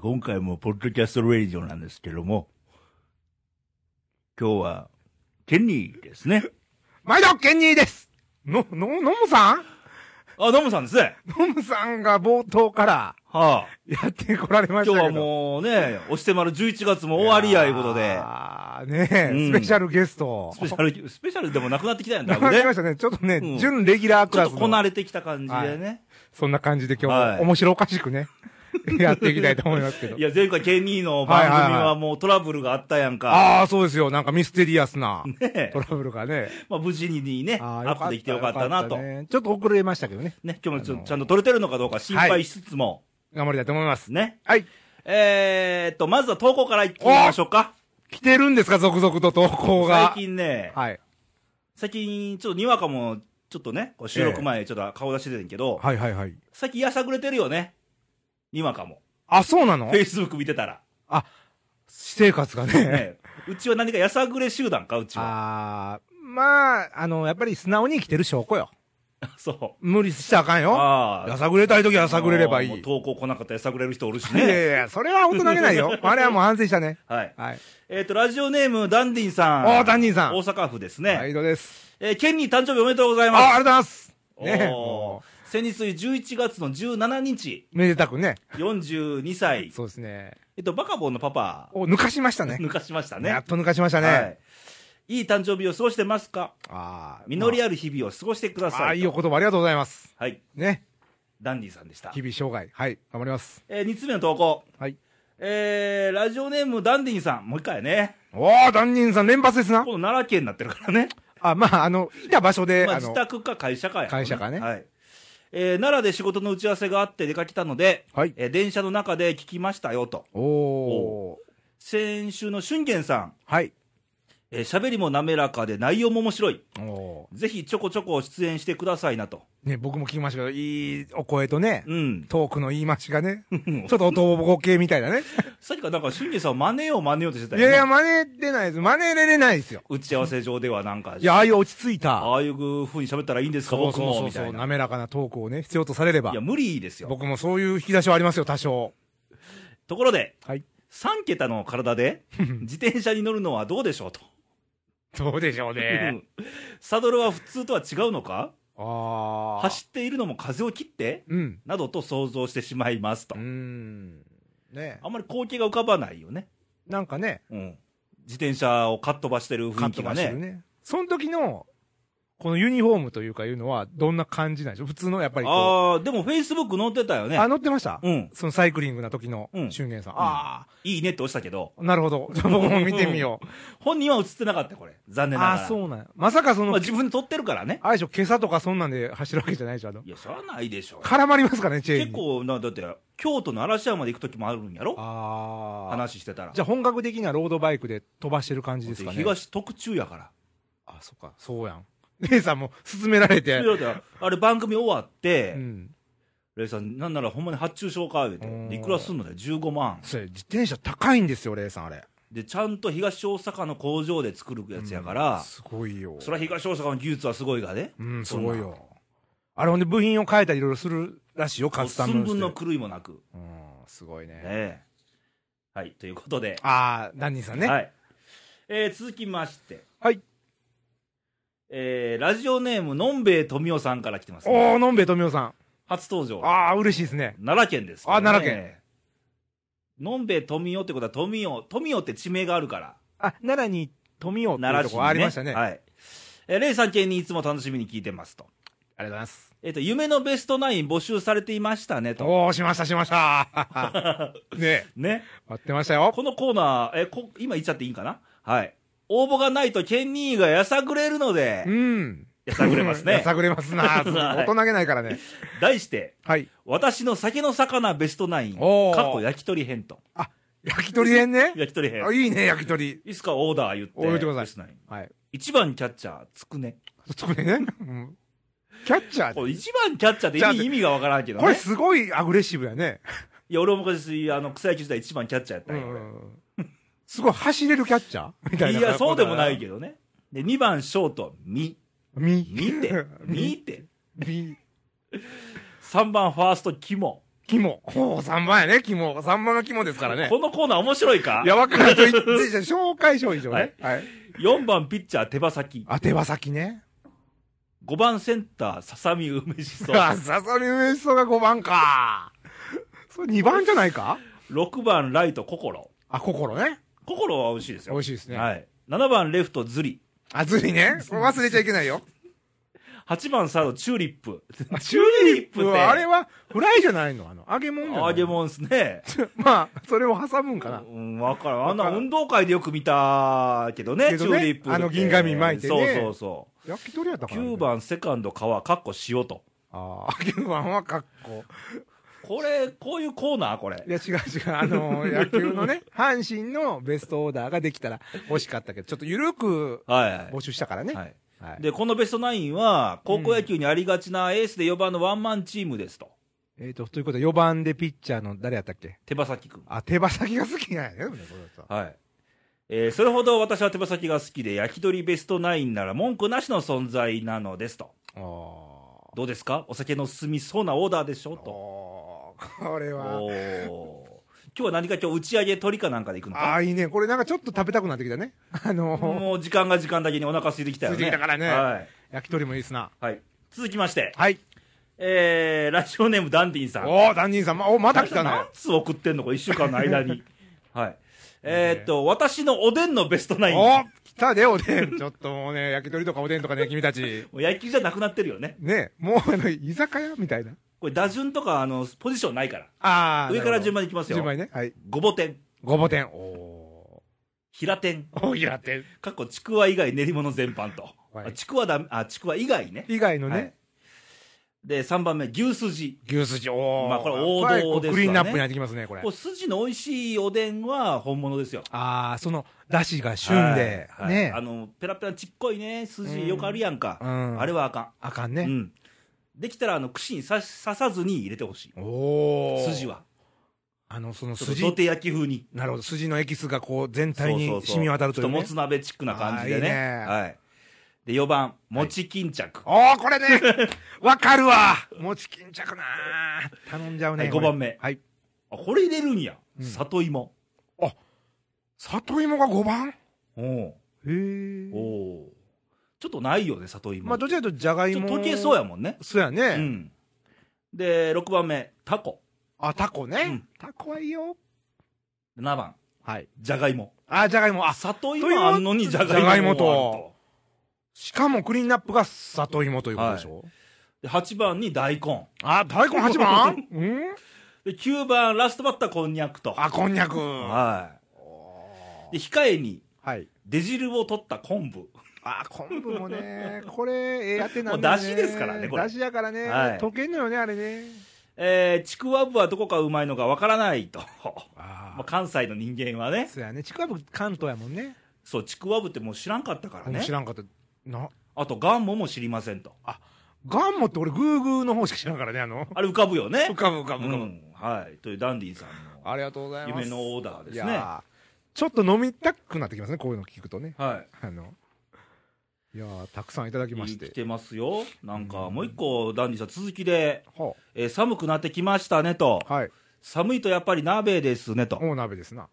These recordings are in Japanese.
今回もポッドキャストレイジオなんですけども、今日は、ケニーですね。毎度、ケンニーですの、の、のむさん あ、どうもさんですね。のむさんが冒頭から はあ。やってこられました 今け日ど。はもうね、押してまる11月も終わりやいうことで、ああ、ねえ、うんスペシャルゲスト。スペシャル、スペシャルでもなくなってきたやん、な多んか分来ねま。したね。ちょっとね、うん準レギュラークちょラっスとこのな、れてきた感じでね。そんな感じで今日、はい面白おかしくね、 やっていきたいと思いますけどい、。や、前回ケニーの番はい組はいははもうトラブルがあったやんか。ああ、そうですよ。なんかミステリアスなねトラブルがね。まあ、無事にね、あア ーよップできてよかったなと。ね、ねちょっと遅れましたけどね。今日もちょっとちゃんと撮れてるのかどうか心配しつつも、頑張りたいと思います。ね。はい。えーっと、まずは投稿からいってみましょうか。来てるんですか続々と投稿が。最近ね、はい。最近、ちょっとにわかも、ちょっとね、こう収録前、ちょっと顔出しててんけど、はいはいはい。最近やさぐれてるよね。にわかも。あ、そうなの Facebook 見てたら。私生活 がね。ね、うちは何かやさぐれ集団か、うちは。あー、まあ、あの、やっぱり素直に生きてる証拠よ。そ無理しちゃあかんう。よ。あやさぐれたい時はやさぐれればいもうい。投稿来なかったらやさぐれる人おるしいやいね。やいや、それは本当投げな いよ。あれはもう反省したね。はい。はい。えっ、と、ラジオネーム、ダンディンさん。おーダンディンさん大阪府ですね。毎度です。えーケンニー誕生日おめでとうございあます。ー、ありがとうございます。おーねも先日11月の17日、うめでたくね。 42歳。そうですね。えっと、バカボンのパパ、お、抜かしましたね。抜かしましたね。やっと抜かしましたね。はい。いい誕生日を過ごしてますかああ。実り合ある日々を過ごしてくだあさあ、い。いいお言葉ありがとうございます。はい。ね。ダンディさんでした日。々生涯。はい。頑張ります。えー、2つ目の投稿。はい。えー、ラジオネームダンディンさん。もう一回やね。おー、担任さん連発ですなこ。の奈良県になってるからね。あ、まあ、あの、いた場所で、まあ、あ自の、宅か会社かや、会社かねはい。えー、奈良で仕事の打ち合わせがあって出かけたので、はい。えー電車の中で聞きましたよと。おお先週の俊玄さん、はい。えー喋りも滑らかで内容も面白い。おおぜひちょこちょこ出演してくださいなと。ーね、僕も聞きましたけど、いいお声とね、 うん。トークの言い回しがね、ちょっと男系みたいな ね。さっきからなんか俊玄さんを真似よう真似ようとしてたいよ、ね。やいや、真似てないです。真似れれないですよ。打ち合わせ上ではなんか、いや、ああいう落ち着いた、ああいう風に喋ったらいいんですか、僕も、みたいな。滑らかなトークをね、必要とされればいや、、無理ですよ。僕もそういう引き出しはありますよ、多少。ところで、はい。 3桁の体 で自転車に乗るのはどうでしょうと。どうでしょううね。ん サドルは普通とは違うのか ああ。走っているのも風を切ってうん。などと想像してしまいますとう。ん。ねあんまり光景が浮かばないよね。なんかね、うん。自転車をかっ飛ばしてるカ雰囲ット気ががしてね。るね。その時の、このユニフォームというかいうのは、どんな感じなんでしょう普通の、やっぱりこああ、でも Facebook 載ってたよう。ね。あ、乗ってましたうん。そのサイクリングな時のうん俊元さん。うんあいいねって押したけど、あ、なるほど。 じゃあ僕も見てみ よ本人は映ってなかった、これ。残う。念ながら。ああ、そうなんやまさかそまの、ああ自分で撮ってるからね。れでしょ、今朝とかそんなんで走るわけじゃないでしょ、あの。いや、しゃあないでしょ。絡まりますからね、チェーン結に。。構な、だって、京都の嵐山まで行く時もあるんやろああ。話してたら。じゃあ本格的なロードバイクで飛ばしてる感じですかね。東特注やから。あ、そっか。そうやん。 姉さんも勧められて。そうだよあれ番組終わって、うん。レイさん、なんならほんまに発注書を買うようんて。いくらすんのだよ、15万。それ、自転車高いんですよ、レイさん、あれ。で、ちゃんと東大阪の工場で作るやつやから、すごいよ。それは東大阪の技術はすごいがね。うん、すそんなごいよ。あれほんで部品を変えたりいろいろするらしいよ、もカうスタム寸して。分の狂いもなく。うん、すごいね。ねえはい、ということで。ああ、ダンディさんね。はい。えー続きまして。はい。えーラジオネーム、のんべえとみおさんから来てます、おね。ー、のんべえとみおさん。初登場。ああ、嬉しいですね。奈良県です、あ奈良県。のんべえとみおってことは、とみお、とみおって地名があるから。あ、奈良に富雄っていう奈と良市ころありましたね。ありはい。えー、レイさん県にいつも楽しみに聞いてますと。がとうございます。えっ、と、夢のベストナイン募集されていましたねと。おー、しました、しました。 ねね。待ってましたよ。このコーナー、えーこ、今言っちゃっていいんかなはい。応募がないと、ケンニーがやさぐれるのでう、ん。やさぐれますやね。さぐれますな。すごい はい大人げないからね。題して、はい。私の酒の魚ベストナイン、かっおーこ焼き鳥編と。焼き鳥 編ね。焼き鳥編あ。いいね、焼き鳥。いつかオーダー言って。お言ってくださいベストナインはい。一番キャッチャー、つくね。そこでね。うんキャッチャーってこれ一番キャッチャーってじゃあ意味意味がわからんけどこれね。すごいアグレッシブやね。いや、俺も昔、あの、草野球時代一番キャッチャーやったんよ、俺すごい走れるキャッチャーみたいな。いや、そうでもないけどね。で、2番ショート、ミ。ど。 み、ミって、ミって。み、 3番ファースト、キモ。肝。ほう、3番やね、肝。3番が肝ですからね。このコーナー面白いかいや、わからんと言って、じゃあ紹介書以上ね。はい。 ?4 番ピッチャー手羽先。あ、手羽先ね。 5番センターささみ梅しそ。あ、さそり梅しそが5番か。それ2番じゃないか6番ライト心。あ、心ね。心は美味しいです美よ。味しいですね。はい。7番レフトズリ。あ、ずりね。これ忘れちゃいけないよ。 8番サードチューリップ。チューリップチューリップっては、あれは、フライじゃないのあの、揚げ物じゃない揚げ。物ですね。 まあ、それを挟むんかな。うん、わからん。あんな運動会でよく見たけどね、けどチねューリップって。あの銀紙巻いてねそうそうそ焼き鳥やったう。かな。 9。番セカンド川、かっこ塩と。ああ、9番はかっこ。これ、こういうコーナーこれい。や、違う違う。あの、野球 のね、阪神のベストオーダーができたら欲しかったけど、ちょっと緩くはいはい募集したからね。ははい。い。で、このベストナインは、高校野球にありがちなエースで4番のワンマンチームですと。えっ、と、ということで4番でピッチャーの誰やったっけ手羽先くん。あ、手羽先が好きなんやね、この人はい。えーそれほど私は手羽先が好きで、焼き鳥ベストナインなら文句なしの存在なのですと。あどうですかお酒の進みそうなオーダーでしょーと。おーこれおは。ー今日は何か今日打ち上げ鳥かなんかで行くのあかあ、いいね。これなんかちょっと食べたくなってきたね。 あのーもう時間が時間だけにお腹空いてきたよね。空いてきたからねはい。焼き鳥もいいっすな。はい。続きまして、はい。えー、ラジオネームダンディンさん。おお、担任さん、ま、おまた来た何ね。通送ってんのこれ1週間の間 に。はい。えーっと、私のおでんのベストナイン。おも来たで、おでん。ちょ っともうね、焼き鳥とかおでんとかね、君たち。う野球じゃなくなってるよね。ね、もうあの、居酒屋みたいな。これ打順とか、あの、ポジションないから。ああ。上から順番番にいきますよ。順番にね。はい。ごぼ天、ごぼ天。お平天、ーお、平天。かっこちくわ以外練り物全般と。はいあちくわだ、あ、ちくわ以外ね。以外のはいね、で、3番目、牛すじ。牛すじ。おーまあこれ王道ですわねクリーンナップになってきますね、これこう。筋の美味しいおでんは本物ですよ。ああ、その、だしが旬で、はいはいねあ。の、ペラペラちっこいね、筋よくあるやんか。うんあれはあかあかんん。うね。ん。できたら、あの、串に刺し刺さずに入れてほしい。おお。筋。は。あの、そのちょっと土筋。手焼き風に。なるほど。筋のエキスがこう、全体そうにそうそう染み渡るというちょっねともつ鍋チックな感じでね。あーいいねはい。で、4番、餅巾着。おおこれね わかるわ餅巾着なー頼んじゃうね、はいこれ五番目はいあこれ入れるんや。うん里芋。里芋が5番おへうえおうちょっとないよね、里芋。まあどちらかというとじゃがいちょっもと溶けそうやもんね。そうやね、うん。で、6番目、タコ。あタコね、うんタコはいいよ7番、はいじゃがいも。あじゃがいもあ里芋あんのにじゃがいもじゃがいもあもるとと。しかもクリーンナップが里芋ということでしょ、で、8番に大根。あ大根8番 うんで、9番、ラストバッター、こんにゃくと。あこんにゃくはい。で、控えに、はい出汁を取った昆布。あ昆布もねこれええやってなもんうだよだねしですからねこれだしやからね、はい溶けんのよねあれねえー、ちくわぶはどこかうまいのかわからないと。 あまあ、関西の人間はね。そうやねちくわぶ関東やもんねそう、ちくわぶってもう知らんかったからね知。らんかった。な、あと、ガンモも知りませんと。ガンモって俺、グーグーの方しか知らんからね、あの。あれ浮かぶよね。かぶ浮かうん。はい。というダンディさんありがとうござのいます。夢のオーダーでいすやね。ーちょっと飲みたくなってきますね、こういうの聞くとね。はあの、いやーたくさんいただきい。まし来て。てますよ。なんか、うんもう一個、ダンディさん続きで、はえー寒くなってきましたねと。あはい。寒いとやっぱり鍋ですねと。もう鍋ですな。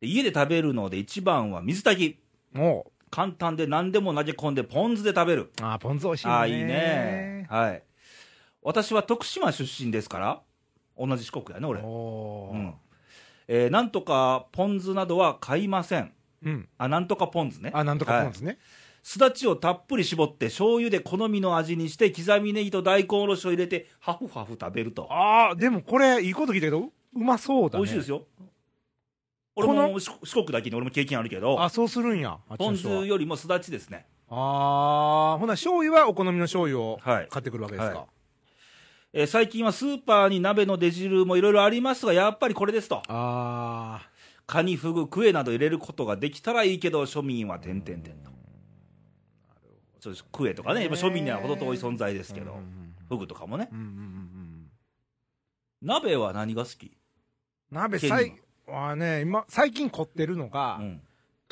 で家で食べるので一番は水炊き。も簡単で何でも投げ込んでポン酢で食べる。う、あーポン酢美味しいもんあね。あ、いいね。。はい。私は徳島出身ですから、同じ四国やね、俺。おうーん。えーなんとかポン酢などは買いません。うん。あ、なんとかポン酢ね。あ、なんとかポンはい酢ね。すだちをたっぷり絞って、醤油で好みの味にして、刻みネギと大根おろしを入れて、ハフハフ食べると。ああ、でもこれ、いいこと聞いたけど、ううまそうだ美ね。味しいですよ。よ。俺こも四四国だけに俺も経験あるけど、あ、そうするんや。あっちポのン人酢はよりもすだちですね。ああ、ほな、醤油はお好みの醤油をはい買ってくるわけですはか。えー最近はスーパーに鍋の出汁もいろいろありますが、やっぱりこれですと。あカニ、フグ、クエなど入れることができたらいいけど、庶民は点々点と。そうですクエとかね、やっぱ庶民には程遠い存在ですけど、フグとかもね。鍋は何が好き鍋ケニー最はね今最近凝ってるのが、うん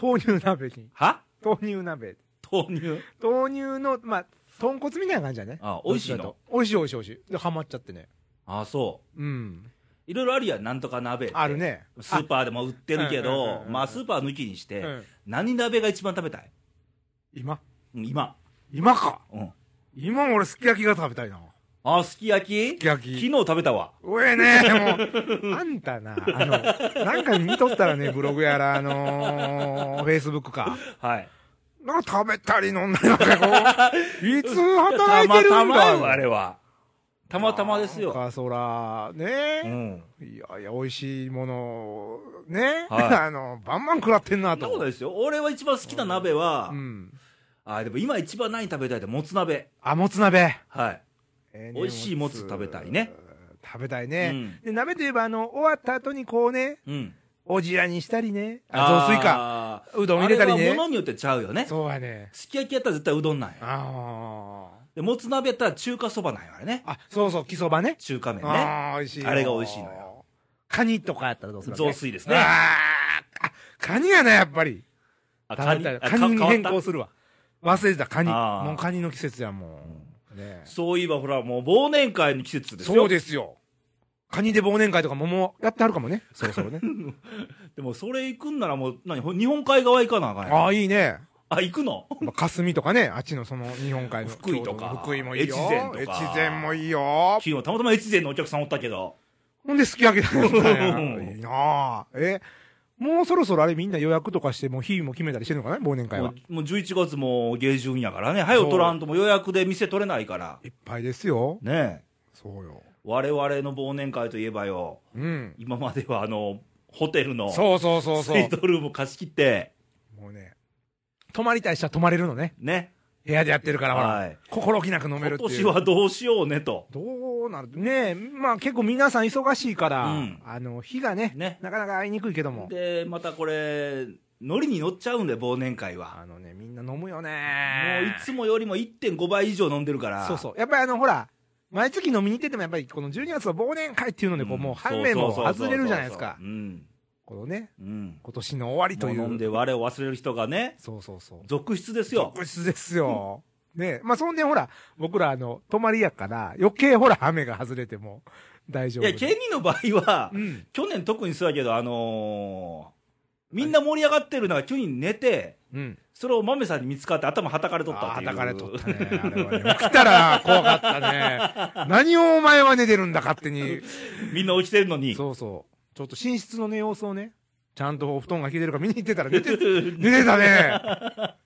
豆乳鍋には豆乳鍋豆乳豆乳のまあ豚骨みたいな感じだねあ美味しいのどっちかと美味しい美味しい美味しいでハマっちゃってねあ、そうんう。いろいろあるやん、なんとか鍋ってあるねスーパーでも売ってるけうんうんうんどう、んまあスーパー抜きにして、うん何鍋が一番食べたい今うん今。今かうん。今俺すき焼きが食べたいなあ、すき焼きき焼き昨日食べたわ。おえねもうあんたなあのなんか見とったらねブログやらあのフェイスブックかはい。なんか食べたり飲んだりなんかこ ういつ働いたてるまんだたまよよ、あれは。たまたまですなんよ。かそらねうん。いやいや、美味しいものをね、はい あの、バンバン食らってんなそんなことと。ないですよ。俺は一番好きな鍋は、うん。あ、でも今一番何食べたいって、もつ鍋。あ、もつ鍋。はい。えーね美味しいもつ食べたいね。食べたいね、うんで、鍋といえば、あの、終わった後にこうね、うん。おじやにしたりね、あ、雑炊か。かうどん入れたりね物によってちゃうよね。そうやね。すき焼きやったら絶対うどんなんや。あでもつ鍋やったら中華そばなんや、あれね。あ。あ、そうそう、木そばね。中華麺ね。ああ、美味しいよ。あれが美味しいのよカニとかやったらどうするわけ雑炊ですねあーあ、カニやな、やっぱり。あ食べたいあカニにか変変わ更っするわ。忘れてた、カニ。あーもうカニの季節や、もう。ねえたそういえばほら、もう忘年会の季節ですよ。そうですよ。カニで忘年会とかももうやってあるかもね。そろそろね。でもそれ行くんならもう、何、ほ日本海側行かなあかんやん。 ああ、いいね。あ、行くの まあ、霞とかね、あっちのその日本海の福井とか郷土の福井もいいよ。越前とか越前もいいよ。昨日たまたま越前のお客さんおったけど。ほんで、すき焼きだよ。 んいいなあえ、もうそろそろあれみんな予約とかして、もう日も決めたりしてるのかな忘年会もはう。もう11月も下旬やからね。早う取らんともう予約で店取れないから。いっぱいですよ。ねえ。そうよ。我々の忘年会といえばよ、うん。今まではあの、ホテルの、そうそうそうそスイうー。トルーム貸し切って、もうね、泊まりたい人は泊まれるのね。ね。部屋でやってるから、ほら。はい心置きなく飲める今ってい年う。はどうしようねと。どうなるねえ、まあ結構皆さん忙しいから、うんあの、日がねねなかなか会いにくいけども。で、またこれ、ノリに乗っちゃうんで、忘年会は。あのね、みんな飲むよもね。ういつもよりも1.5倍以上飲んでるから。そうそう。やっぱりあの、ほら、毎月飲みに行っててもやっぱりこの12月の忘年会っていうので、こう、もう半面も外れるじゃないですかう。ん。このね、うん。今年の終わりともうい飲んう。で我を忘れる人がね、そうそうそう。続出ですよ。特別ですよ。ねえまあそんでほら、僕らあの、泊まりやから、余計ほら、雨が外れても大丈い夫。や、ケニーの場合は、 うん。去年特にそうやけど、あのーみんな盛り上がってる中、急に寝て、うん。それをマメさんに見つかって頭はたかれとったっていう。あー叩かれとったね。あれはね。起きたら怖かっ たね。何をお前は寝てるんだ、勝手に。みんな起きてるのに。そうそう。ちょっと寝室のね、様子をね、ちゃんとお布団が引いてるか見に行ってたら寝て、寝てたね。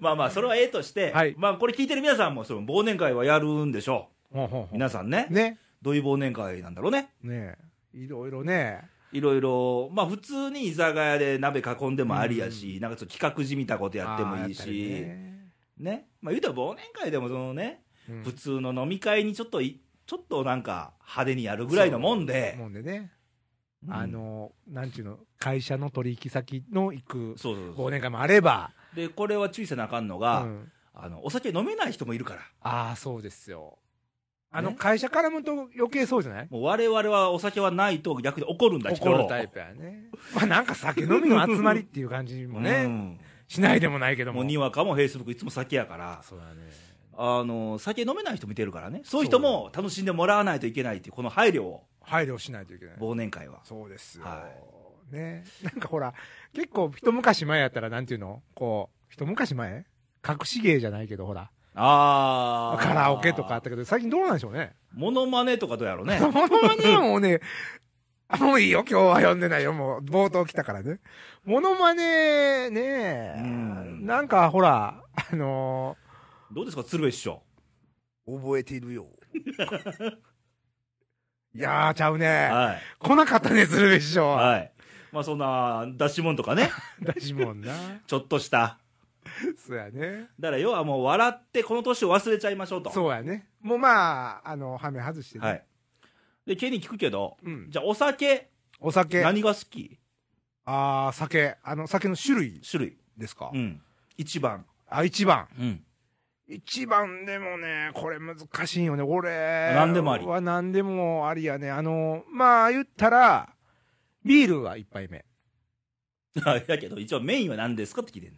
まあまあ、それはええとして、はいまあこれ聞いてる皆さんも、その忘年会はやるんでしょほうほうう。ほう皆さんね。ね。どういう忘年会なんだろうね。ねいろいろね。いろいろ、まあ普通に居酒屋で鍋囲んでもありやし、なんかちょっと企画じみたことやってもいいあーやしったり、ねねまあ言うたら忘年会でもそのね、うん普通の飲み会にちょっとい、ちょっとなんか派手にやるぐらいのもんで、もんでね。うんあ、の、なんちゅうの、会社の取引先の行くそうそうそ忘年会もあれば。う。で、これは注意せなあかんのが、うんあの、お酒飲めない人もいるから、ああ、そうですよ。あの、ね会社絡むと余計そうじゃないもう我々はお酒はないと逆に怒るんだけど。怒るタイプやね。まあなんか酒飲みの集まりっていう感じもね、うんしないでもないけども。もうにわかもフェイスブックいつも酒やから、そうだね。あの酒飲めない人見てるからね、そういう人も楽しんでもらわないといけないっていう、この配慮を、配慮しないといけない。忘年会は。そうですよ。はね。なんかほら、結構一昔前やったらなんていうのこう、一昔前隠し芸じゃないけどほら、あーカラオケとかあったけど、最近どうなんでしょうね。モノマネとかどうやろう ねも、のまねはもうね、あ、もういいよ、今日は読んでないよ、もう、冒頭来たからね。ものまね、ねうんなんかほら、あのどうですか、鶴瓶師匠、覚えているよ。いやー、ちゃうね。はい来なかったね、鶴瓶師匠は。はいまあ、そんな出し物とか ね、だしも んな。ちょっとした、そうやね。だから要はもう笑って、この年を忘れちゃいましょうと、そうやね。もうまあ、あの、ハメ外してね。はい、で、ケに聞くけど、うん。じゃあ、お酒、お酒。何が好き、あー、酒。あの、酒の種類種類、ですか、うん、一番、あ、一番。うん、 一番でもね、これ難しいよね。俺何でもありは何でもありやね。あの、まあ言ったら、ビールは一杯目。だけど、一応メインは何ですかって聞いてん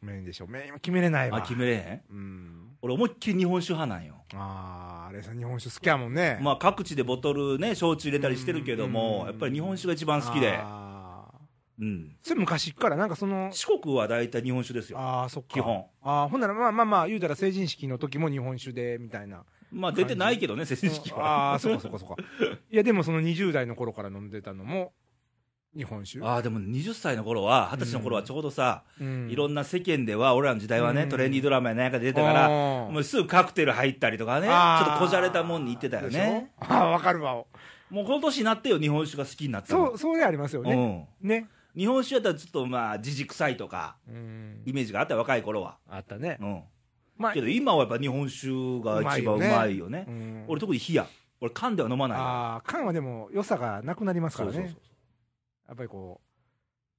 メインでしょ。メインは決めれないの、わ。あ決めれへんうん。俺思いっきり日本酒派なんよあー、あれさん、日本酒好きやもんね。まあ、各地でボトルね、焼酎入れたりしてるけどうも、んやっぱり日本酒が一番好きで、あーうん、それ昔っから、なんかその、四国は大体日本酒ですよ、ああ、そっか。基本。ああ、ほんなら、まあまあまあ、言うたら成人式の時も日本酒で、みたいな。まあ、出てないけどね、成人式は。ああ、そっかそっかそっか。 いや、でもその20代の頃から飲んでたのも、日本酒。ああでも20歳の頃は、二十歳の頃はちょうどさ、うんいろんな世間では、俺らの時代はね、うんトレンディードラマやなんかで出てたから、うんもうすぐカクテル入ったりとかね、ちあーょっとこじゃれたもんに行ってたよね。。でしょああ、わかるわ。もうこの年になってよ、日本酒が好きになったそのう、そうでありますようね。んね。日本酒やったらちょっとまあ、じじくさいとか、うん。イメージがあったよ若い頃は。あったね。うん。まあけ、ど今はやっぱ日本酒が一番うまいよね。うん俺特に冷や。俺缶では飲まないから。ああ、缶はでも良さがなくなりますからね。やっぱりこ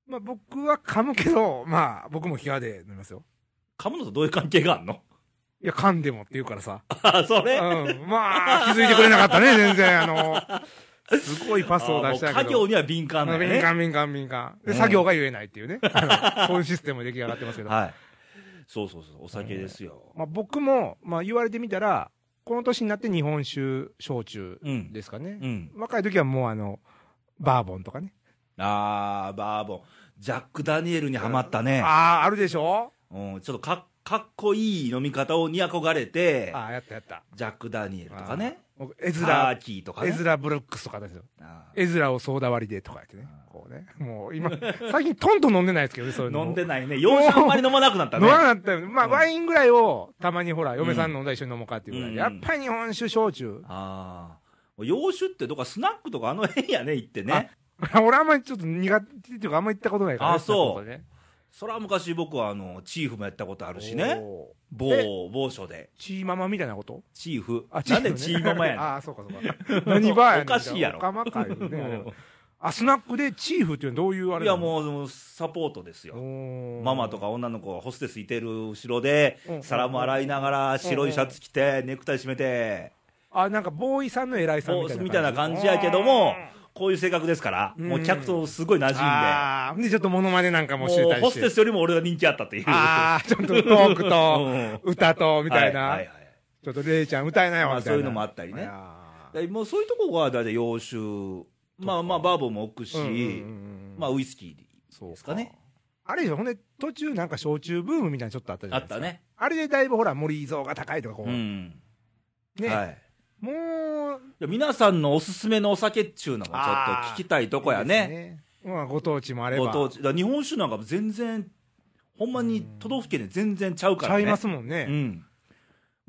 う。まあ僕は噛むけど、まあ僕も冷やで飲みますよ。噛むのとどういう関係があんの いや、噛んでもって言うからさ。あ、それうん。まあ、気づいてくれなかったね、全然。あの、すごいパスを出したあもうけ家ど。業には敏感だ敏ね。感、敏感、敏感。で、うん作業が言えないっていうね。 あのそういうシステムで出来上がってますけど。はい。そうそうそう、お酒ですよ。まあ僕も、まあ言われてみたら、この年になって日本酒、焼酎うん。ですかねう。ん。若い時はもうあの、バーボンとかね。あー、バーボン。ジャック・ダニエルにはまったね。ああ、あるでしょうん、ちょっとかっかっこいい飲み方をに憧れて、ああ、やったやった。ジャック・ダニエルとかね、あー。僕エズタラ、ーキーとかエね。ズラブルックスとかですよ。あーエズラをソーダ割りでとかやってねあ。ーこうね。もう今、 最近トントン飲んでないですけどね、そういうのも。飲んでないね。洋酒あんまり飲まなくなった飲ね。まなかったよ。まあ、うんワインぐらいを、たまにほら、ん嫁さん飲んだら一緒に飲もうかっていうぐらいで。うやんっぱり日本酒、焼酎。ああ。洋酒ってどっかスナックとかあの辺やね、行ってね。 俺あんまりちょっと苦手っていうか、あんまり行ったことないからね。あそううね。それは昔僕はあの、チーフもやったことあるしね。おー。某、某所で。チーママみたいなことチーフ。あ、なんでチーママやねん。 ああ、そうかそうか。何バーやねんおかしいやろおかまかい ううねん。あ、スナックでチーフっていうのはどういうあれいやもうもう、サポートですよ。うママとか。か女の子がホステスいてる後ろでう、ん皿も洗いながら、白いシャツ着て、ネクタイ締めて、あ、なんか、ボーイさんの偉いさんこうみみたたいいなな感感じ。じやけどもうん、こういう性格ですから、うんもう客とすごい馴染ああ、ほんで、ちょっとモノマネなんかもしてんたで、もうホりしステて。スよりも俺が人気あったっていう。ああ、ちょっとトークと。うん歌と、みたいな。ははいはいちょっとレイちゃん歌えないわ、まあみたいな。そういうのもあったりねいやーでもうそういうとこが大体洋酒、まあまあバーボンも置くし、うんうんうんうんまあウイスキそーうですかね。あれでしょ、ほんで、途中なんか焼酎ブームみたいなのちょっとあったじゃあないっですか。た。ね。あれでだいぶほら、森蔵が高いとかこう。うん。ね、はい。もう、いや皆さんのおすすめのお酒っちゅうのもちょっと聞きたいとこやいいね。ですねまあ、ご当地もあれば。ご当地。だから日本酒なんかも全然、ほんまに都道府県で全然ちゃうかちらゃね。いますもうんね。ん。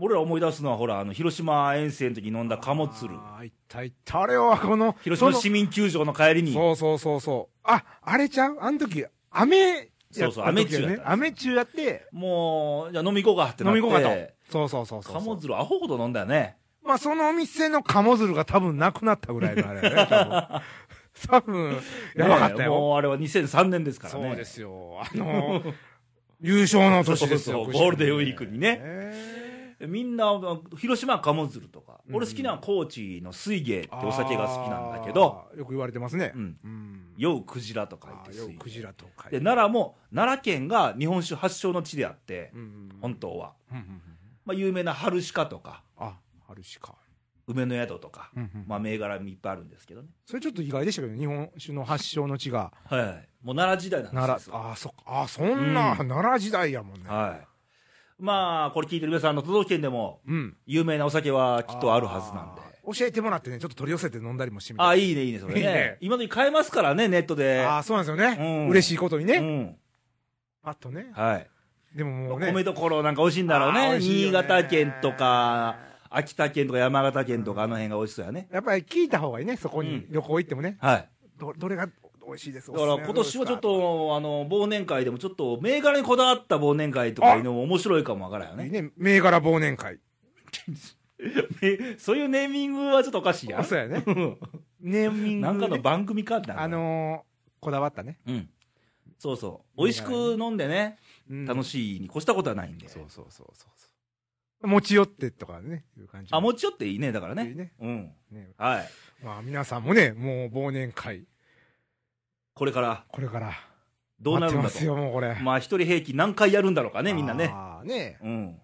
俺ら思い出すのはほら、あの、広島遠征の時飲んだ鴨鶴。ああ、いったいった。あれは、この、広島そ市民球場の帰りのに。そうそうそうそう。あ、あれちゃうあの時、雨、そうそう雨中雨中やったんでねす。よ雨中やって、もう、じゃあ飲み行こうかってな飲って。み行こうかと。そうそうそうそう。鴨鶴アホほど飲んだよね。まあ、そのお店の鴨鶴が多分なくなったぐらいのあれ だね、多分。多分、やばかったねえよ。もうあれは2003年ですからね。そうですよ。あの、 優勝の年ですよ。そうそうゴールデンウィークにねえみんな、広島は鴨鶴とか、うん俺好きなのは高知の水芸ってーお酒が好きなんだけど、。あーよく言われてますねう。ん、うん。酔うクジラと書いあてー水よ芸くクジラとか。で、奈良も、奈良県が日本酒発祥の地であって、うん。本当は。うんうんうん。まあ、有名な春鹿とか、あ、あるしか。梅の宿とか、うんうんまあ、銘柄もいっぱいあるんですけどね。それちょっと意外でしたけどね、日本酒の発祥の地がはい。もう奈良時代なんです奈良。ああー、そっか。あーそんな、う奈良時代やもんね。はい。まあ、これ聞いてる皆さんの都道府県でも、うん。有名なお酒はきっとあるはずなんで。あー。教えてもらってね、ちょっと取り寄せて飲んだりもしてみたいあ、いいね、いいね、それね。いいね今時買えますからね、ネットで。ああ、そうなんですよね。うん嬉しいことにね。うん。パッとね。はい。でももうね。米どころなんか美味しいんだろうあー美ね。味しいよ新ね潟県とか、秋田県とか山形県とか、あの辺が美味しそうやね。やっぱり聞いた方がいいね、そこにう旅行行ってもね。はい。どどれが美味しいですだから今年はちょっ、おすと、あの、忘年会でもちょっと、銘柄にこだわった忘年会とかいうのも面白いかもわからんよすめいいね。ね、銘柄忘年会。そういうネーミングはちょっとおかしいやん。そう やね。うんネーミング、なね。んかの番組かってなあのー、こだわったね。うん。そうそう。美味しく飲んでね、楽い。しいに越したことはないんで。そうそうそうそうそう。持ち寄ってとかね、いう感じ。あ、持ち寄っていいね、だからいいねね。うん。ね。はい。まあ皆さんもね、もう忘年会、これから、これから。どうなるんだ待と。ってますよ、もうこれ。まあ、一人平均何回やるんだろうかね、みんなね。あーね。うん。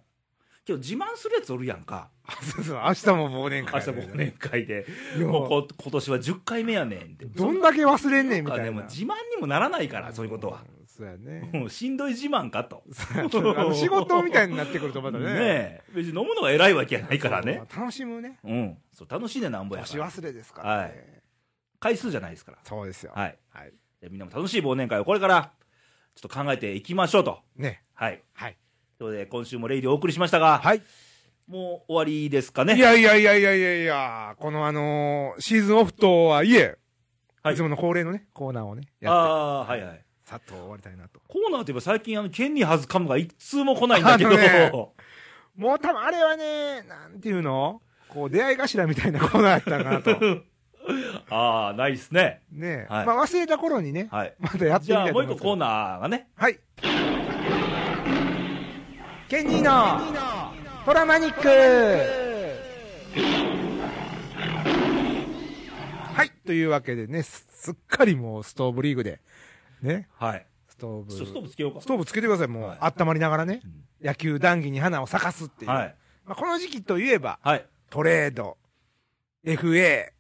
けど、自慢するやつおるやんか。あ そうそう、明日も忘年明会。日も忘年会で、いやもうこ今年は10回目やねんって。どんだけ忘れん ねんみなんかたね、いもうな。自慢にもならないから、そういうことは。そうやね。 もうしんどい自慢かと。あ の仕事みたいになってくるとまたね。ねえ別に飲むのが偉いわけやないからね。楽しむね。うん。そう、楽しいね、なんぼやか年ら。忘れですからね。回数じゃないですから。そうですよ。はい。はい。じゃあみんなも楽しい忘年会をこれから、ちょっと考えていきましょうと。ね。はい。はい。ということで、今週もレイディをお送りしましたが、はい。もう終わりですかね。いやいやいやいやいやいや、このあのーシーズンオフとはいえ、はいい、つもの恒例のね、コーナーをね、やっああー、はいはい。て、さっと終わりたいなと。コーナーといえば最近、あの、剣に弾かむが一通も来ないんだけど、あのねもう多分あれはね、なんていうのこう、出会い頭みたいなコーナーやったか なと。 ああ、ないですね。ねえ、はいまあ忘れた頃にね、はい。またやってみじゃたあ、いともう思一いま個すコーナーがね、はい。ケニーのトラマニックはい、というわけでね、すすっかりもうストーブリーグで、ね、はい。ストーブ。ちょストーブつけようか。ストーブつけてください、もう、はい温まりながらね、ん野球談義に花を咲かすっていう、はい。まあ、この時期といえば、はい。トレード、FA、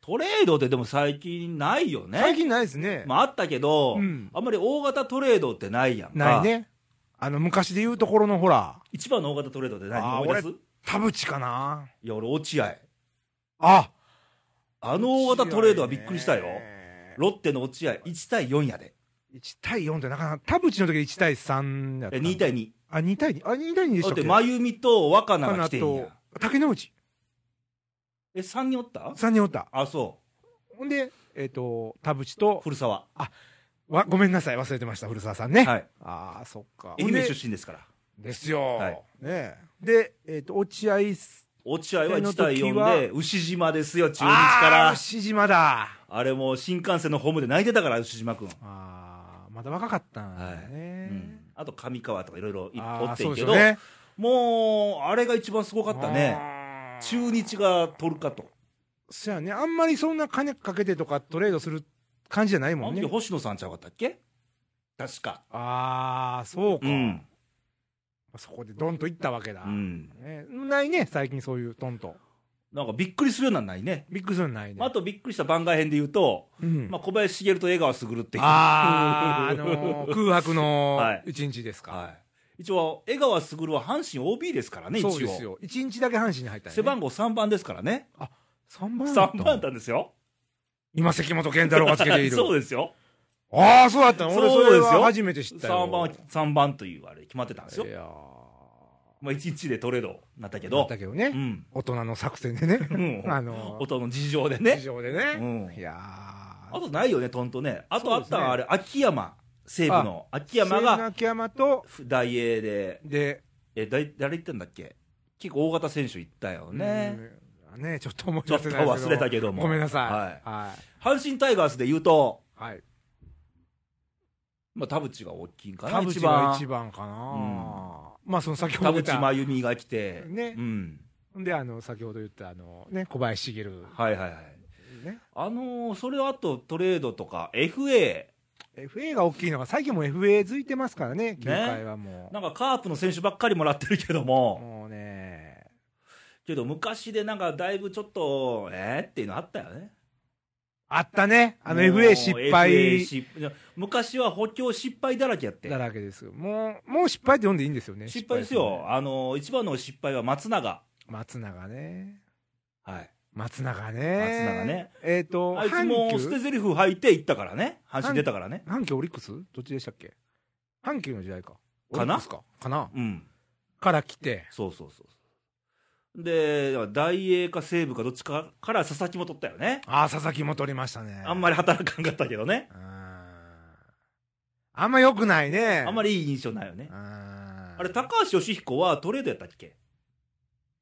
トレードってでも最近ないよね。最近ないですね、まああったけど、うんあんまり大型トレードってないやんか。ない。ね、あの昔で言うところのほら、一番の大型トレードってあ何ー思い出すい田淵かな、や、俺、落合。ああの大型トレードはびっくりしたよ。ロッテの落合、1対4やで。 1対4ってなかなか、田淵の時で1対3やったえ2対2。あ、2対2。あ、2対2だでしたっっけて、真由美と若菜かがな来てんやと。、竹之内。え、3人おった3人おった。あ、そほんで、えっ、と、田淵う。と、古澤。わ、ごめんなさい、忘れてました、古澤さんね。はい。ああ、そっか。愛ほんで媛出身ですから。ですよ。はいねえで、えっ、と、落合す、落合はあの1時は対4で、牛島ですよ、中日から。あーあ牛島だ。れもう新幹線のホームで泣いてたから、牛島君。ああ、まだ若かったんうだね。ん。あと、上川とかいろいろあおーってそんうでけすど、よね。もう、あれが一番すごかったね。ね中日が取るかと。そやね、あんまりそんな金かけてとかトレードする感じじゃないあものんね時。星野さんちゃうかったっけ確か。ああ、そうか、うん。そこでドンといったわけだ、うん。ね。ないね、最近そういうドンと。なんかびっくりするようなんないね。ビッグゾーンないね。まあ、あとびっくりした番外編で言うと、うんまあ、小林茂と江川卓っていう。あー、 あのー空白のはい一日ですか。 はい。一応、江川卓は阪神 OB ですからね、一応。そうですよ。一日だけ阪神に入った、ね、背番号3番ですからね。 3番だった3番なんですよ。今、関本健太郎がつけている。 そうですよ。ああ、そうだったの俺、そうでそすれよは初めて知ったよ。 3番、三番というあれ決まってたんですよい。やーまあ、1日でトレードになったけだっどた。けどうね、ん。大人の作戦でね。うん あのー音の事情で事ね。情でうね。んい。やーあとないよね、トントね。あとあったのはそあうれ、秋山、西武の。秋山西武がの秋山と、大英で、で、え、だい誰行ったんだっけ結構大型選手行ったよね。うん。ねちょっと思いちょ出っとせないです忘れたけども。ごめんなさ。はい。はい阪神タイガースで言うと、い。はい。まあ、田淵が大きいんかな、田一淵が番一。番かな、まあ、その先ほ田ど言っ淵た真。由美が来て。ねうん。で、あの、先ほど言った、あの、ね、小林茂。はいはいはい。ね。あのーそれあとトレードとか、FA、 FA が大きいのが、最近も FA 付いてますからね、球界はもう。なんかカープの選手ばっかりもらってるけども、もうね、けど昔でなんかだいぶちょっと、えー、っていうのあったよね。あったね。あの、もう FA 失 FA 敗失昔は補強失敗だらけやって。だらけですよ。もう、もう失敗って読んでいいんですよね。失敗です失よ。あのー一番の失敗は松永。松永ね。はい。松永ね。松永ね。えっ、と、あいつも阪捨急て台詞吐いて行ったからね。阪神出たからね。阪急オリックスどっちでしたっけ阪急の時代か。かなオリックスかかなうん。から来て。そうそうそう。で、だから大英か西武かどっちかから佐々木も取ったよね。ああ、佐々木も取りましたね。あんまり働かんかったけどね。うーん。あんま良くないね。あんまりいい印象ないよねう。ーん。あれ、高橋義彦はトレードやったっけ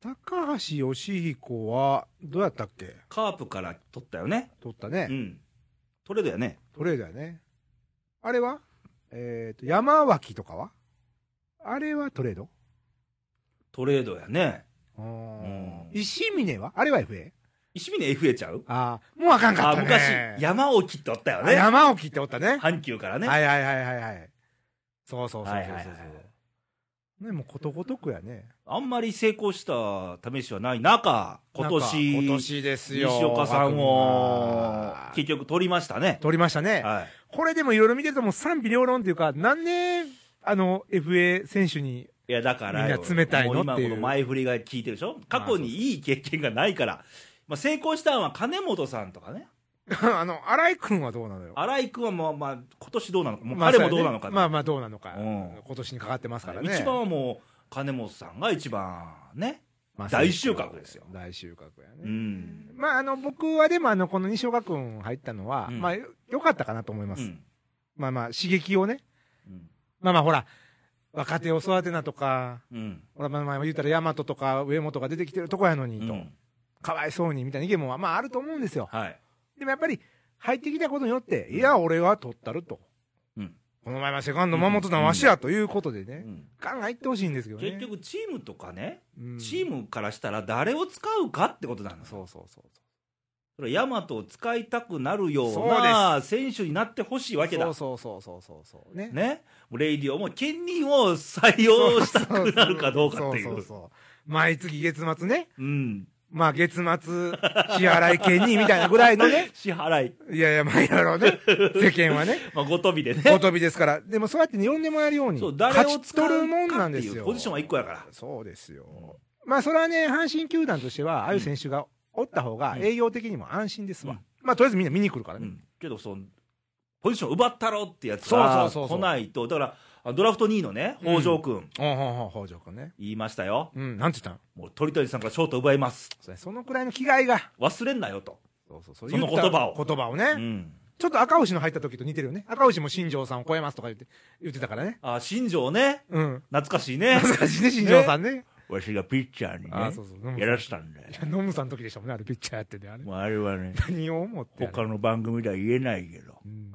高橋義彦は、どうやったっけカープから取ったよね。取ったうね。ん。トレードやね。トレードやね。あれはえっ、と、山脇とかはあれはトレードトレードやね。うーんうん石峰はあれは FA? 石峰 FA ちゃうああ、もうあかんかあっー、た昔ね。、山を切っておったよね。山沖っておったね。阪急からね。はいはいはいはいはい。そうそうそうそうそう。はいはいはいね、もうことごとくやね。あんまり成功した試しはない中、今年、今年ですよ。西岡さんをあ、結局取りましたね。取りましたね。はい。これでもいろいろ見てるともう賛否両論っていうか、何年、あの、FA 選手に、 いや、だからよ、みんな冷たいのもう今っていうこの前振りが効いてるでしょ過去にいい経験がないから。まあ、成功したのは金本さんとかね。あの、荒井くんはどうなのよ。新井君はもう、まあ、今年どうなのか。もうまあ彼もどうなのか。そうやねまあまあどうなのか。うん今年にかかってますからはいね。一番はもう、金本さんが一番、ね。まあ大収穫ですよ大収穫やうね。ん。まあ、あの、僕はでも、あの、この西岡くん入ったのは、うんまあ、良かったかなと思いまうす。ん。まあまあ、刺激をね。うんまあまあ、ほら、若手を育てなとか、うん。ほら、まあまあ、言うたら、大和とか上本が出てきてるとこやのに、と。うんかわいそうに、みたいな意見も、まあ、あると思うんですよ。はい。でもやっぱり、入ってきたことによって、うんいや、俺は取ったると。うんこの前はセカンド守本さんわしや、ということでねう。んガンガンいってほしいんですけどね。結局、チームとかね、うん、チームからしたら誰を使うかってことなんですよ。そうそうそうそそれヤマトを使いたくなるよそううな選手になってほしいわう。けだ。そうそうそうそうそうそう。ね。ね。レイディオも兼任を採用したくなるかどうかっていそうそうう。そう。毎月月末ね。うん。まあ月末、支払い権にみたいなぐらい のね。支払い。いやいや、まあいろいろね。世間はね。まあ、ごとびでごね。とびですから。でもそうやって呼んでもらえるように。そう、誰を勝ち使う取るもんかなっんてですいうよ。ポジションは一個やから。そうですよ。まあそれはね、阪神球団としては、ああいう選手がおった方がうん栄養的にも安心ですわ。うんまあとりあえずみんな見に来るからうね。ん。けど、その、ポジション奪ったろってやつがそうそうそうそ来うないと。だからあ、ドラフト2位のね、北条くん、おうほうほう北条君ね。言いましたよ。うん、なんて言ったのもう鳥谷さんからショート奪います。そうねそのくらいの気概が。忘れんなよと。そうそうそその言葉を言葉をね。うん。ちょっと赤牛の入った時と似てるよね。赤牛も新庄さんを超えますとか言って、言ってたからね。あ、新庄ね。うん。懐かしいね。懐かしいね、新庄さんね。わしがピッチャーにあそうそうね、やらしたんだよ。ノムさんの時でしたもんね、あれピッチャーやってて、あれ。もうあれは ね、何を思ってあれ他の番組では言えないけど、うん。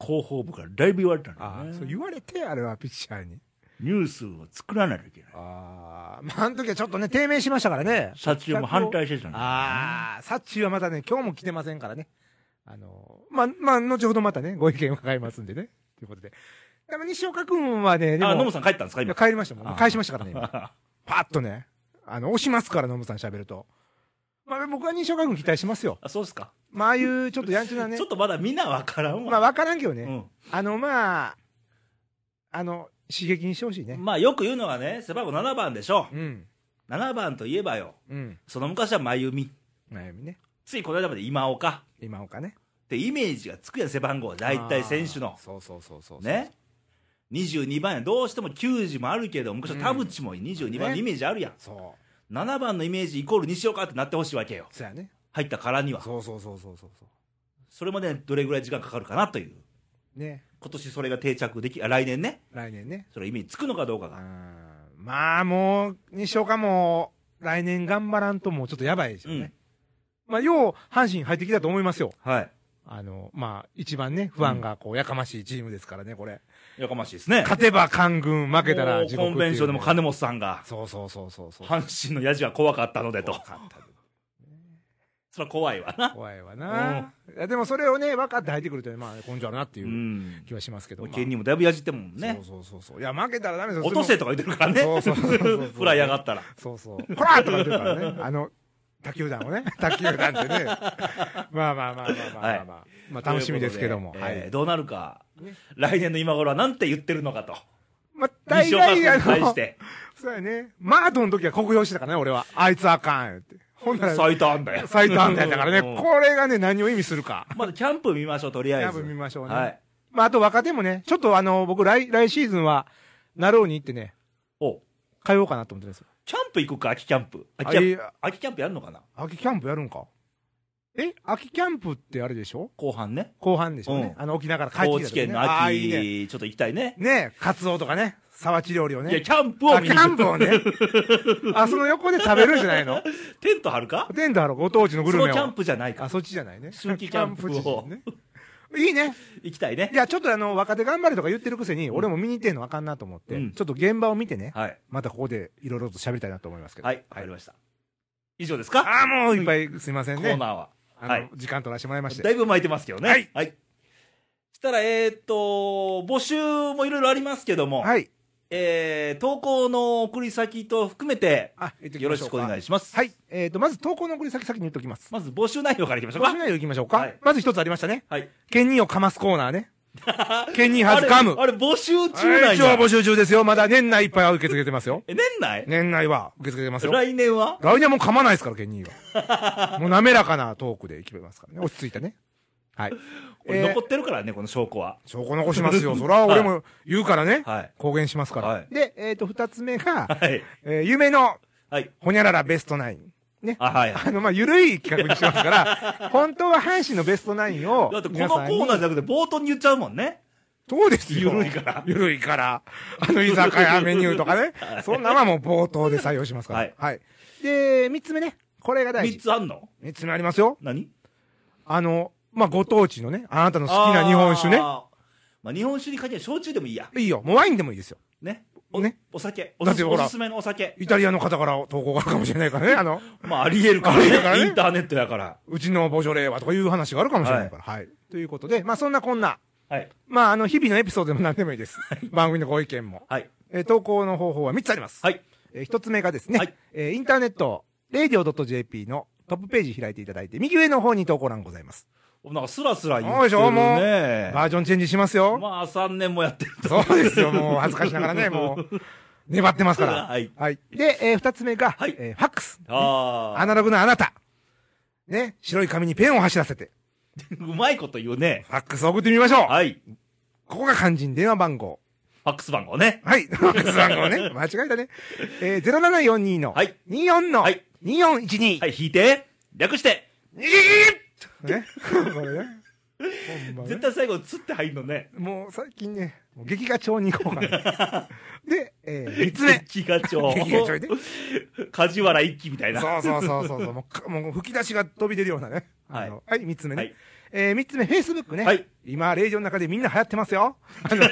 広報部からだいぶ言われたんあだよあ、そうね。言われて、あれはピッチャーに。ニュースを作らないといけない。ああ、 まあ、あの時はちょっとね、低迷しましたからね。撮影も反対してたんだよねああ、サッチーはまたね、今日も来てませんからね。あのー、まあ、まあ、後ほどまたね、ご意見伺いますんでね。ということで。でも、西岡君はね、であ、ノムも、さん帰ったんですかいや今。帰りましたもん。もう返しましたからね、今 あパッとね、あの、押しますから、ノムさん喋ると。まあ、僕は西岡君期待しますよ。そうですか。まあ、ああいうちょっとやんちゃなねちょ。っとまだみんなわからんまわ。あ、わからんけどうね。んあの、まあ、あの、刺激にしてほしいね。まあよく言うのがね、背番号7番でしょ。うん。 7番といえばよ、うん。その昔は真由美。悩みね。ついこの間まで今岡。今岡ね。ってイメージがつくやん、背番号は。大体選手あのー。そうそうそうそう。ね。22番やどうしても9時もあるけど昔は田淵も22番のイメージあるやん、そう。 7番のイメージイコール西岡ってなってほしいわけよそうやね。入ったからにはそうそうそうそうそうそそれまでどれぐらい時間かかるかなというう。ね。今年それが定着できあ来年ね来年ね。それイメージつくのかどうかうがん。まあ、もう、西岡も、来年頑張らんともうちょっとやばいですよね。まあ、よう、阪神入ってきたと思いますよ。はいあの、まあ、一番ね、不安が、こう、やかましいチームですからね、これ。やかましいですね勝てば官軍、負けたら地も獄うコンベンションでも勝金本さんがそうそうそうそうそう。阪神のやじが怖かったのでと勝ったそれは怖いわな怖いわな。いやでもそれをね、分かって入ってくるとね、まあ、根性あるなってういうん気はしますけど。もうまあ県にもだいぶやじってんもんねそうそうそうそう。いや、負けたらダメですよ。落とせとか言ってるからそねうそう そうそうフライ上がったらそうそう。こらーとか言ってるからね。あの、他球団 をね。他球団ってね。まあまあまあまあまあまあまあ。まあ楽しみですけども。ということはでえーい。どうなるかね、来年の今頃はなんて言ってるのかと、まあ、大西岡君に概、あ対しの、て、そうやね。マートの時は酷評してたからね、俺は。あいつあかん。言ってほんなら、最多安打や、最短安打やったからね。うんこれがね、何を意味するか。まだキャンプ見ましょう、とりあえず。キャンプ見ましょうねはい、まあ、あと若手もね、ちょっとあの、僕来、来シーズンは、なろうに行ってね、お通おうかなと思ってるんですよ。キャンプ行くか、秋キャンプ。秋あキャいンプや秋キャンプやるのかな、秋キャンプやるんかえ秋キャンプってあれでしょ後半ね、後半でしょうね。うんあの、沖縄から帰っ高てき知た時、ね。県のああいいね。秋、ちょっと行きたいね。ねえ、カツオとかね、沢地料理をいや、ね。キャンプをあ、見キにャ行ンくプを ね。あ、その横で食べるんじゃないのテント張るかテントあろ、ご当地のグそルメのを。キャンプじゃないかあ、。そっちじゃないね。秋季キャンプをキ地ね。いいね。行きたいねい。や、ちょっとあの、若手頑張れとか言ってるくせに、俺も見に行ってんのあかんなと思って、うんちょっと現場を見てね、はい。またここでいろいろと喋りたいなと思いますけど。はい、わかりました。以上ですかああ、もういっぱいすいませんコーね。ナーは。あの、はい時間取らせてもらいましてだ。いぶ巻いてますけどね。はい。はい。したら、えーっと、募集もいろいろありますけども、はい。えー、投稿の送り先と含めて、あ、えっとよろしくお願いしします。はい。えっ、と、まず投稿の送り先先に言っておきます。まず募集内容からいきましょう募か集。内容いきましょうか。はいまず一つありましたね。はい。ケニーをかますコーナ ーね。ケニーはずかむ。あれ、あれ募集中えーなん一応や。募集中ですよ。まだ年内いっぱいは受け付けてま すよ。え、年内年内は受け付けてますよ。来来年は年はもう噛まないですから、ケニー は。もう滑らかなトークでいきますからね。落ち着いたね。はい。これえー残ってるからね、この証拠は。証拠残しま すよ。そら、俺も言うからね。はい公言しますから。はいで、えっ、と、二つ目が、はい。えー夢のはい。ほにゃららベストナイン。ね。あ、 はい。あの、まあ、ゆるい企画にしてます から、本当は阪神のベストナインを、だってこの皆コさんにーナーじゃなくて冒頭に言っちゃうもんね。そうですゆよ。るいからゆるいから。あの、居酒屋メニューとかね。そんなの はもう冒頭で採用しますから。ははいい。で、三つ目ね。これが大3事。つあんの三つ目ありますよ。何あの、まあ、ご当地のね、あなたの好好きな日本酒ね。まあ、日本酒に限らず焼酎でもいいや。いいよ。もうワインでもいいですよ。ね。おねお酒。おだすってすほらおすすめのお酒。イタリアの方から投稿があるかもしれない からね。あの、まあ、あり得るからあり得るからね。ねインターネットやから。うちのボジョレーはとかいう話があるかもしれないから。はい。ということで、まあ、そんなこんな。はい。まあ、あの、日々のエピソードでも何でもいいです。番組のご意見も。はい。えー投稿の方法は3つあります。はい。えー一つ目がですね、はいえーインターネット、radio.jp のトップページ開いていただいて、右上の方に投稿欄ございます。なんかスラスラ言っそうてでしょるもうね。バージョンチェンジしますよ。まあ、3年もやってると。そうですよ、もう恥ずかしながらね、もう、粘ってますから。はいで、えー二つ目が、はいえーファックス。あアあ。ナログなあなた。ね、白い紙にペンを走らせて、うまいこと言うね。ファックスを送ってみましょう。はい。フここが肝心電話番号。ァックス番号ね。はい、ファックス番号ね。間違えたね。えー、0742の、はい24の、はい2412。はい、引いて、略して、ね。 これね。ほんまね絶対最後、つって入るのね。もう最近ね、もう劇画調に行こうかな。 で、えー、3つ目。劇画帳。劇画帳で梶原一騎みたいな。そうそうそうそうそう。もうか、もう吹き出しが飛び出るようなね。はいあのはい、3つ目ね。はいえー、3つ目、Facebook ね。はい今、レイジョンの中でみんな流行ってます よ。あの、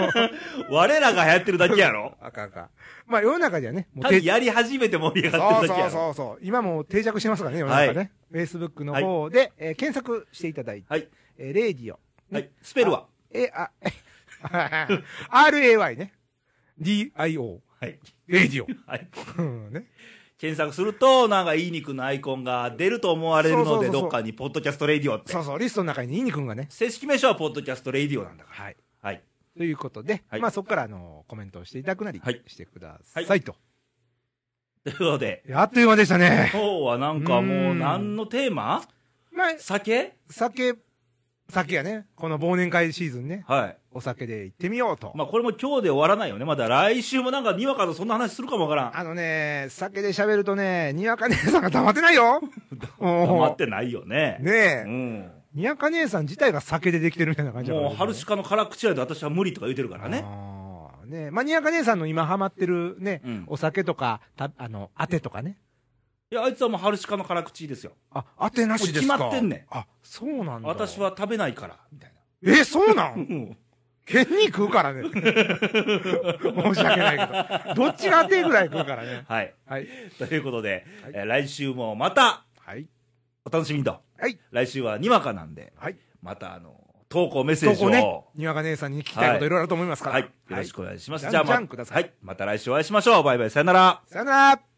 我らが流行ってるだけやろ。赤赤。まあ、世の中ではね、も多定分やり始めて盛り上がってそうるだけそやうろ。そうそう。今もう定着してますからね、世の中ね。Facebook の方で、えー検索していただいて、はい。えー、レイディオ。はい。スペルはえ、 あ、え RAY ね。DIO。はい。 レイディオ。はい。うんね。検索すると、なんか、いい肉のアイコンが出ると思われるので、そうそうそうそうどっかに、ポッドキャストレディオってそ。うそう、リストの中にイニ君がね。正式名称は、ポッドキャストレディオなんだかはい。ら。はい。ということで、はいまあそこからあのコメントをしていただくなりはいしてください、はと。ということで、いやあっという間でしたね。今日はなんかもうう、ん何のテーマまあ、酒酒、酒やね。この忘年会シーズンね。はい。お酒で行ってみようと。まあ、これも今日で終わらないよね。まだ来週もなんか、にわかとそんな話するかもわからん。あのね、酒で喋るとね、にわか姉さんが黙ってないよ。 黙もってないよね。うねうえ、ん。にわか姉さん自体が酒でできてるみたいな感じだからもう、春鹿の辛口やで私は無理とか言うてるからね。あーねえ、マニアカ姉さんの今ハマってるね、うんお酒とか、たあの、あてとかね。いや、あいつはもう、春鹿の辛口ですよ。あ、あてなしですかもう決まってんねんあ、そうなんだ。私。は食べないから、みたいえ、そうなな。んうん。ケニー食うからね。 申し訳ないけど。どっちが当てぐらい食うからね。はい。はい。 ということで、はいえー来週もまたはい。お楽しみにと。はい。来週はにわかなんで、はい。またあの、投稿メッセー投ジを。稿ね、にわか姉さんに聞きたいこといろいろあると思いますから。はい。よろしくお願いします。はいじゃあ、まじゃんじゃんくださいはい。また来週お会いしましょう。バイバイ。さよなら。さよなら